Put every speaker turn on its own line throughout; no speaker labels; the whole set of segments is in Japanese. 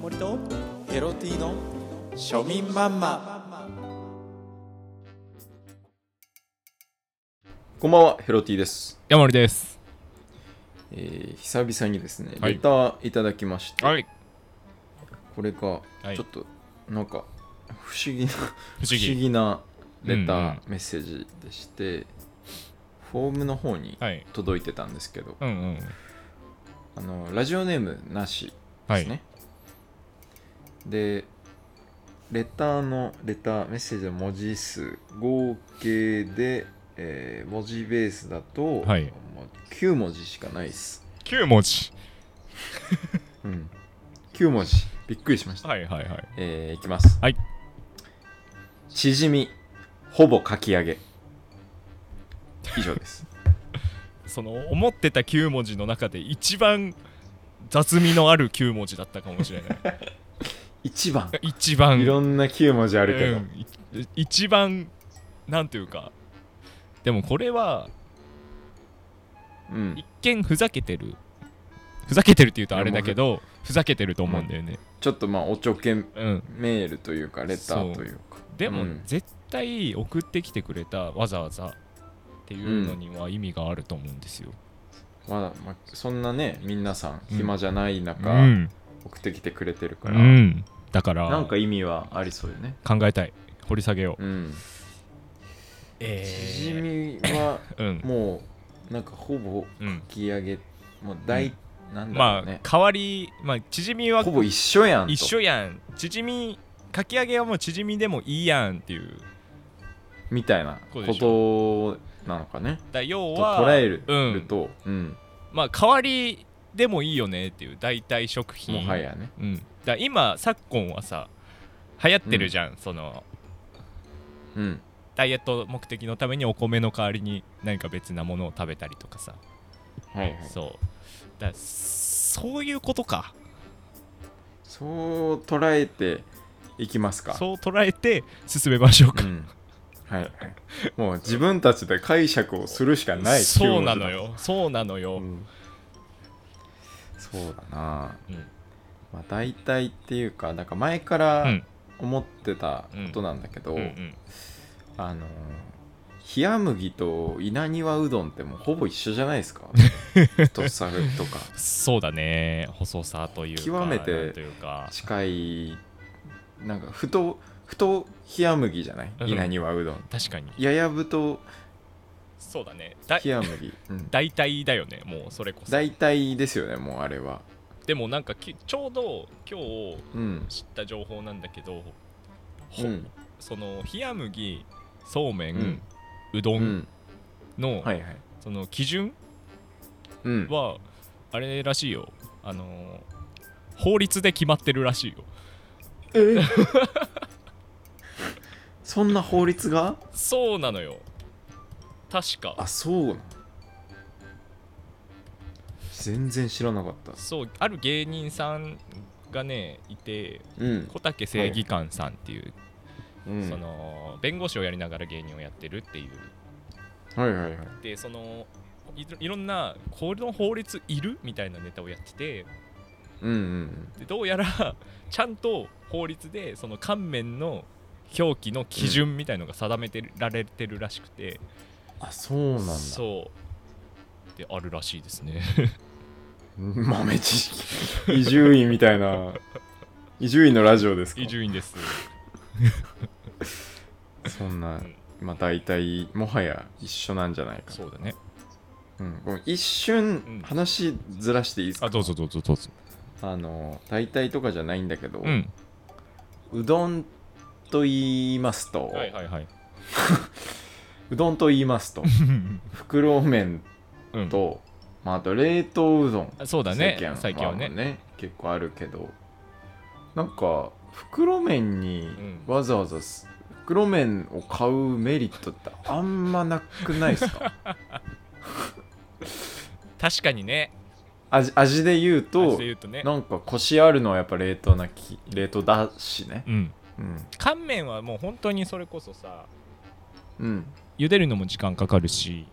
森とエロティの庶民マンマ
こんばんは、ヘロティです。
山森です。
えー久々にですね、
はい
レターいただきました。
はい。
これか、
はい
ちょっと、なんか、不思議な、
不
不
思
思
議。
議なレタ
うんうん
ー、メッセージでして、フォームの方に
はい。
届いてたんですけど、
うんうん。
あの、ラジオネームなし
は
です
い。
ね。で、レターの、レター、メッセージの文字数、合計で、えー文字ベースだと、
はい
もう9文字しかないです。
九文字。
うん。9文字。びっくりしました。
はいはいはい。
えーいきます。
はい。
しじみ、ほぼかき揚げ。以上です。
その思ってた九文字の中で一番雑味のある九文字だったかもし れない。
1番。
一番。
いろんな9文字あるけど。
うんい一番なんていうか。でもこれは
うん
一。見ふざけてる。ふざけてるって言うとあれだけど、ふざけてると思うんだよね。
ちょっとまあ、おちょけメ
うん。
ールというか、レターというか。
でも、
うん
絶対送ってきてくれたわざわざっていうのには意味があると思うんですよ。
まあ、まあ、そんなね、皆さん、
うん
暇じゃない中、
うん。
送ってきてくれてる
う
から、
ん。だから。
なんか意味はありそうよね。
考えたい掘り下げよう
うん。
え
しじみは、
うん
もう、なんかほぼか
うん
き揚げ、もう大、なんだろ
ま
う
あ、
ね。
代わりまあ縮みは
ほぼ一緒やんと。
一緒やん縮みかき揚げはもう縮みでもいいやんっていう
みたいなことなのかね。
だ要
と
は
捉える,、
うん、
と、うん、
まあ代わりでもいいよねっていう代替食品
もはやね。
うん、だ今昨今はさ流行ってるじゃん、その
うん。
ダイエット目的のためにお米の代わりに何か別なものを食べたりとかさ、
はいはい。
そうだそういうことか
そう捉えていきますか。
そう捉えて進めましょうか、
ん。はいはい。もう自分たちで解釈をするしかない。
そうなのよそうなの
う
よ、
ん。そうだな。
うん
まあ大体っていうか、なんか前から
うん
思ってたことなんだけど、
うんうん
あのー冷麦と稲庭うどんってもうほぼ一緒じゃないです か太さとか
そうだね細さというか
極めて
なんというか
近いなんか太太冷麦じゃない
うん
稲庭うどん、
確かに
ややぶと
そうだねだ
冷麦、うん、
大体だよねもうそれこそ
大体ですよねもうあれは
でもなんかきちょうど今日
うん
知った情報なんだけど、ほ
うん
その冷麦そうめん、
う
うんど
うんん
の、
はいはい
その基準
うん
はあれらしいよあのー法律で決まってるらしいよ
え そんな法律が
そうなのよ確か
あそうなの全然知らなかった
そうある芸人さんがねいて
うん、
小竹正義感さんっていう、
うん、
その弁護士をやりながら芸人をやってるっていう
はいはいはい
でそのいろいろんなこの法律いるみたいなネタをやってて
うんうん
でどうやらちゃんと法律でその乾麺の表記の基準みたいのが定めてるられてるらしくて、
あそうなんだ
そうであるらしいですね
豆知識 伊集院みたいな伊集院のラジオですか
伊集院です
そんな
うん
まあ大体もはや一緒なんじゃないか
そうだね
うん、ごめん一瞬
ん
話ずらしていいですか、
あどうぞどうぞどうぞ
あの大体とかじゃないんだけど、
うん
うどんと言いますと、
はいはいはいう
どんと言います と袋麺
うん
と、まあ、あと冷凍うどん
あそうだね
世間
最近はね
まあね結構あるけどなんか袋麺に
うん
わざわざす袋麺を買うメリットってあんまなくないです か
確かにね
味味で言う
そう
と
言うとね
なんかコシあるのはやっぱ冷凍なき冷凍だしね
うん
うん
乾麺はもう本当にそれこそさ
うん、
茹でるのも時間かかるし、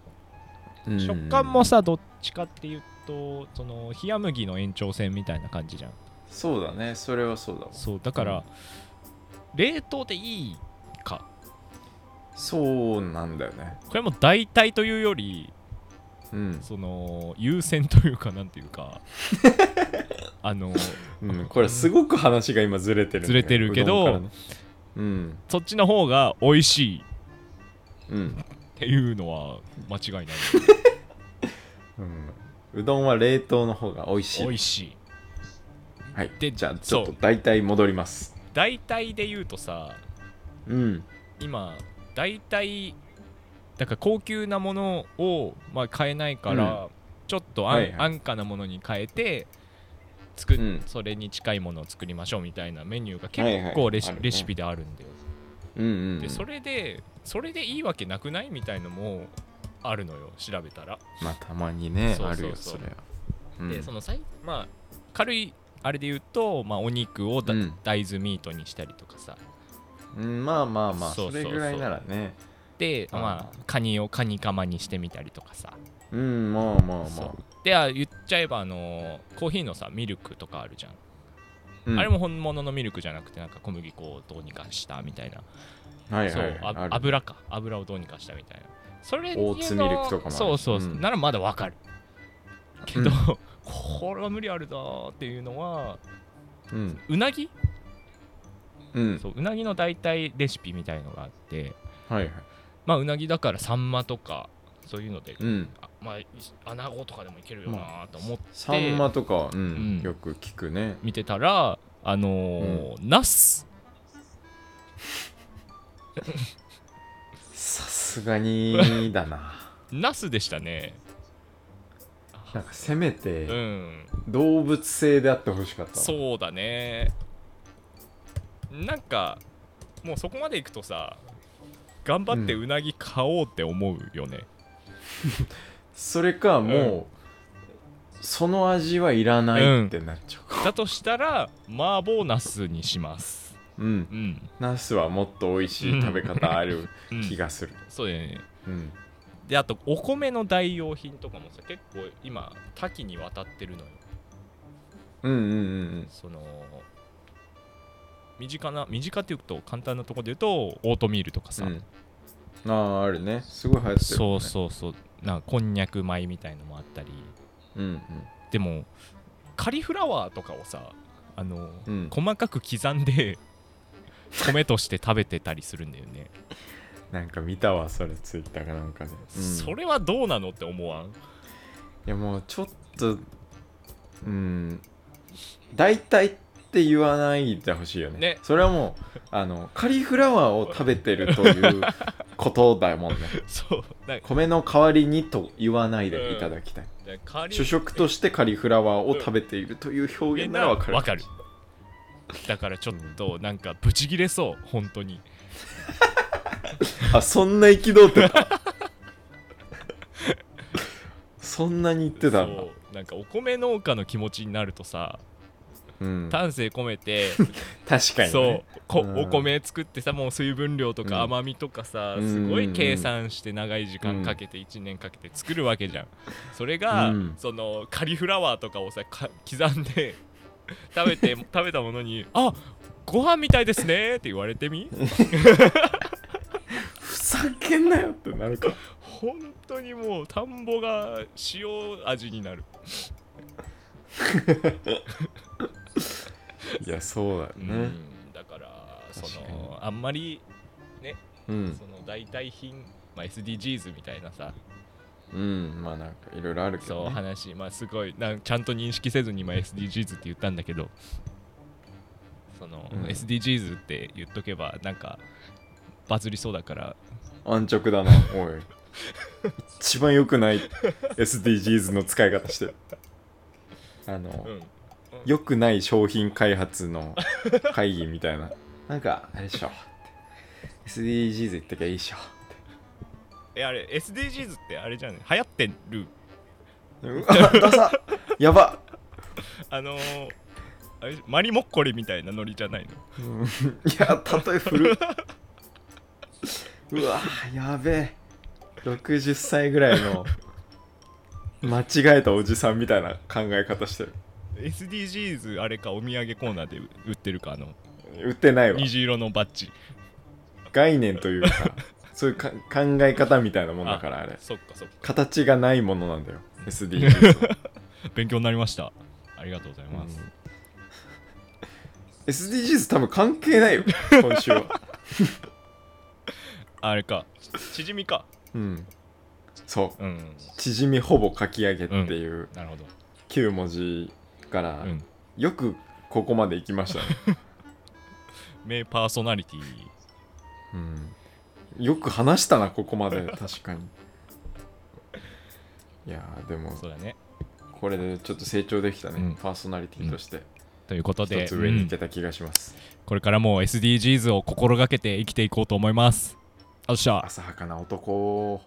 うん
食感もさどっちかっていうとその冷麦の延長線みたいな感じじゃん
そうだねそれはそうだわ
そうだから、
うん
冷凍でいいか
そうなんだよね
これはもう代替というより
うん、
その優先というかなんていう かあの
うん、これすごく話が今ずれてるんだよ
ずれてるけど
うどんからねうん
そっちの方が美味しい
うん、
っていうのは間違いない
うん、うどんは冷凍の方が美味しい
美味しい
はい
で
じゃあちょっと
そう
大体戻ります
大体で言うとさ
うん
今大体だから高級なものを、まあ、買えないから、ちょっと安,、
はいはい
安価なものに変えて作っ
うん
それに近いものを作りましょうみたいなメニューが
はいはい
結構レシ,、
あるね
レシピであるんだよ、
うんうん
でそれでそれでいいわけなくないみたいのもあるのよ調べたら、
まあたまにね
そうそうそう
あるよそれは
でそのさいまあ軽いあれで言うと、まあ、お肉をだ、
うん
大豆ミートにしたりとかさ
うん、うん、まあまあまあ
そう
そ
そうそう
れぐらいならね
で、
あー
まあ、カニをカニカマにしてみたりとかさ
うんまあまあ
そ
まあ
うであ言っちゃえばあのーコーヒーのさミルクとかあるじゃん、
うん
あれも本物のミルクじゃなくてなんか小麦粉をどうにかしたみたいな、
はいはい
そうあ
ある
油か油をどうにかしたみたいなそれ
オーツミルクとかもある
そうそうそう、
うん
ならまだわかるけど、
うん
これは無理あるだーっていうのは
うん
うなぎ
うん
そううなぎの代替レシピみたいのがあって
はいはい
まあうなぎだからサンマとかそういうので、
うん
あまあい穴子とかでもいけるよなーと思って
サンマとか、うん
うん
よく聞くね
見てたらあのーナス
さすがにだな
ナスでしたね
なんかせめ
う
て
ん
動物性であってほしかったわ
そうだねなんかもうそこまでいくとさ頑張って
う
うなぎ買おうって思うよね、
それかもう、その味はいらないってなっちゃうか
だとしたら麻婆ナスにします
うん、
うん、
ナスはもっと美味しい食べ方ある
うん
気がする
そうだよね
うん、
であとお米の代用品とかもさ結構今多岐にわたってるのよ
うん、うんうん
その身近な身近っていうと簡単なところで言うとオートミールとか
う
さ、
んうんあああるねすごい流行ってる、ね、
そうそうそうなんかこんにゃく米みたいのもあったり
ううん
でもカリフラワーとかをさあの、
うん
細かく刻 んで米として食べてたりするんだよね、
なんか見たわそれツイッターかなんかで、うん
そ
い
れはどうなのって思わん
やもうちょっとうん大体って言わないでほしいよね
ね
それはもうあのカリフラワーを食べてるということだもんね
そうなんか
米の代わりにと言わないでいただきたい、
カリ
主食としてカリフラワーを食べているという表現ならわかる
わかるだからちょっとなんかブチギレそう本当に
あそんな憤ってたそんなに言ってたんだ
そうなんかお米農家の気持ちになるとさ
うん、確
丹精込めて、
かに、ね、
そうこ
うん
お米作ってさもう水分量と
うん
か甘みとかさ、
うん
すごい計算して長い時間かけて1年かけて作るわけじゃんそれが、
うん
そのカリフラワーとかをさか刻んで食べて 食べたものに「あご飯みたいですね」って言われてみ
ふざけんなよってなるか
本当にもう田んぼが塩味になる
いやそうだよ
う
ね
んだからそ
確かに
のあんまりね、
うん、
その代替品、まあ、SDGs みたいなさ
うんまあなんかいろいろあるけ
そ
ど、
う
ね、
話、まあ、すごいなんちゃんと認識せずに今 SDGs って言ったんだけどその、
うん
SDGs って言っとけばなんかバズりそうだから
安直だなおい一番良くない SDGs の使い方してるあの、
うん
良くない商品開発の会議みたいななんかあれでしょ SDGs 言ったきゃいいでしょ
えあれ SDGs ってあれじゃない流行ってる
うわダサやば
あのーあれマリモッコリみたいなノリじゃないの
うんいや例え古っうわやべえ60歳ぐらいの間違えたおじさんみたいな考え方してる
SDGs あれかお土産コーナーで売ってるかあの
売ってないわ
虹色のバッジ
概念という かそういうか考え方みたいなもんだからあれ
そっかそっか
形がないものなんだよ SDGs は、
勉強になりましたありがとうございうま
ん
す、
SDGs 多分関係ない よ今週は
あれかち縮みか
うんそ
うん
う縮みほぼかき上げっていう
なるほど、
9文字から、
うん、
よくここまで行きま したね、
名パーソナリティ
うん、よく話したなここま で確かにいやーでも
そうだね
これでちょっと成長できたね、
うん
パーソナリティとして
ということで
一つ上に行
う
け
ん
た気がします、
これからも SDGs を心がけて生きていこうと思いますあっしゃ
浅はかな男を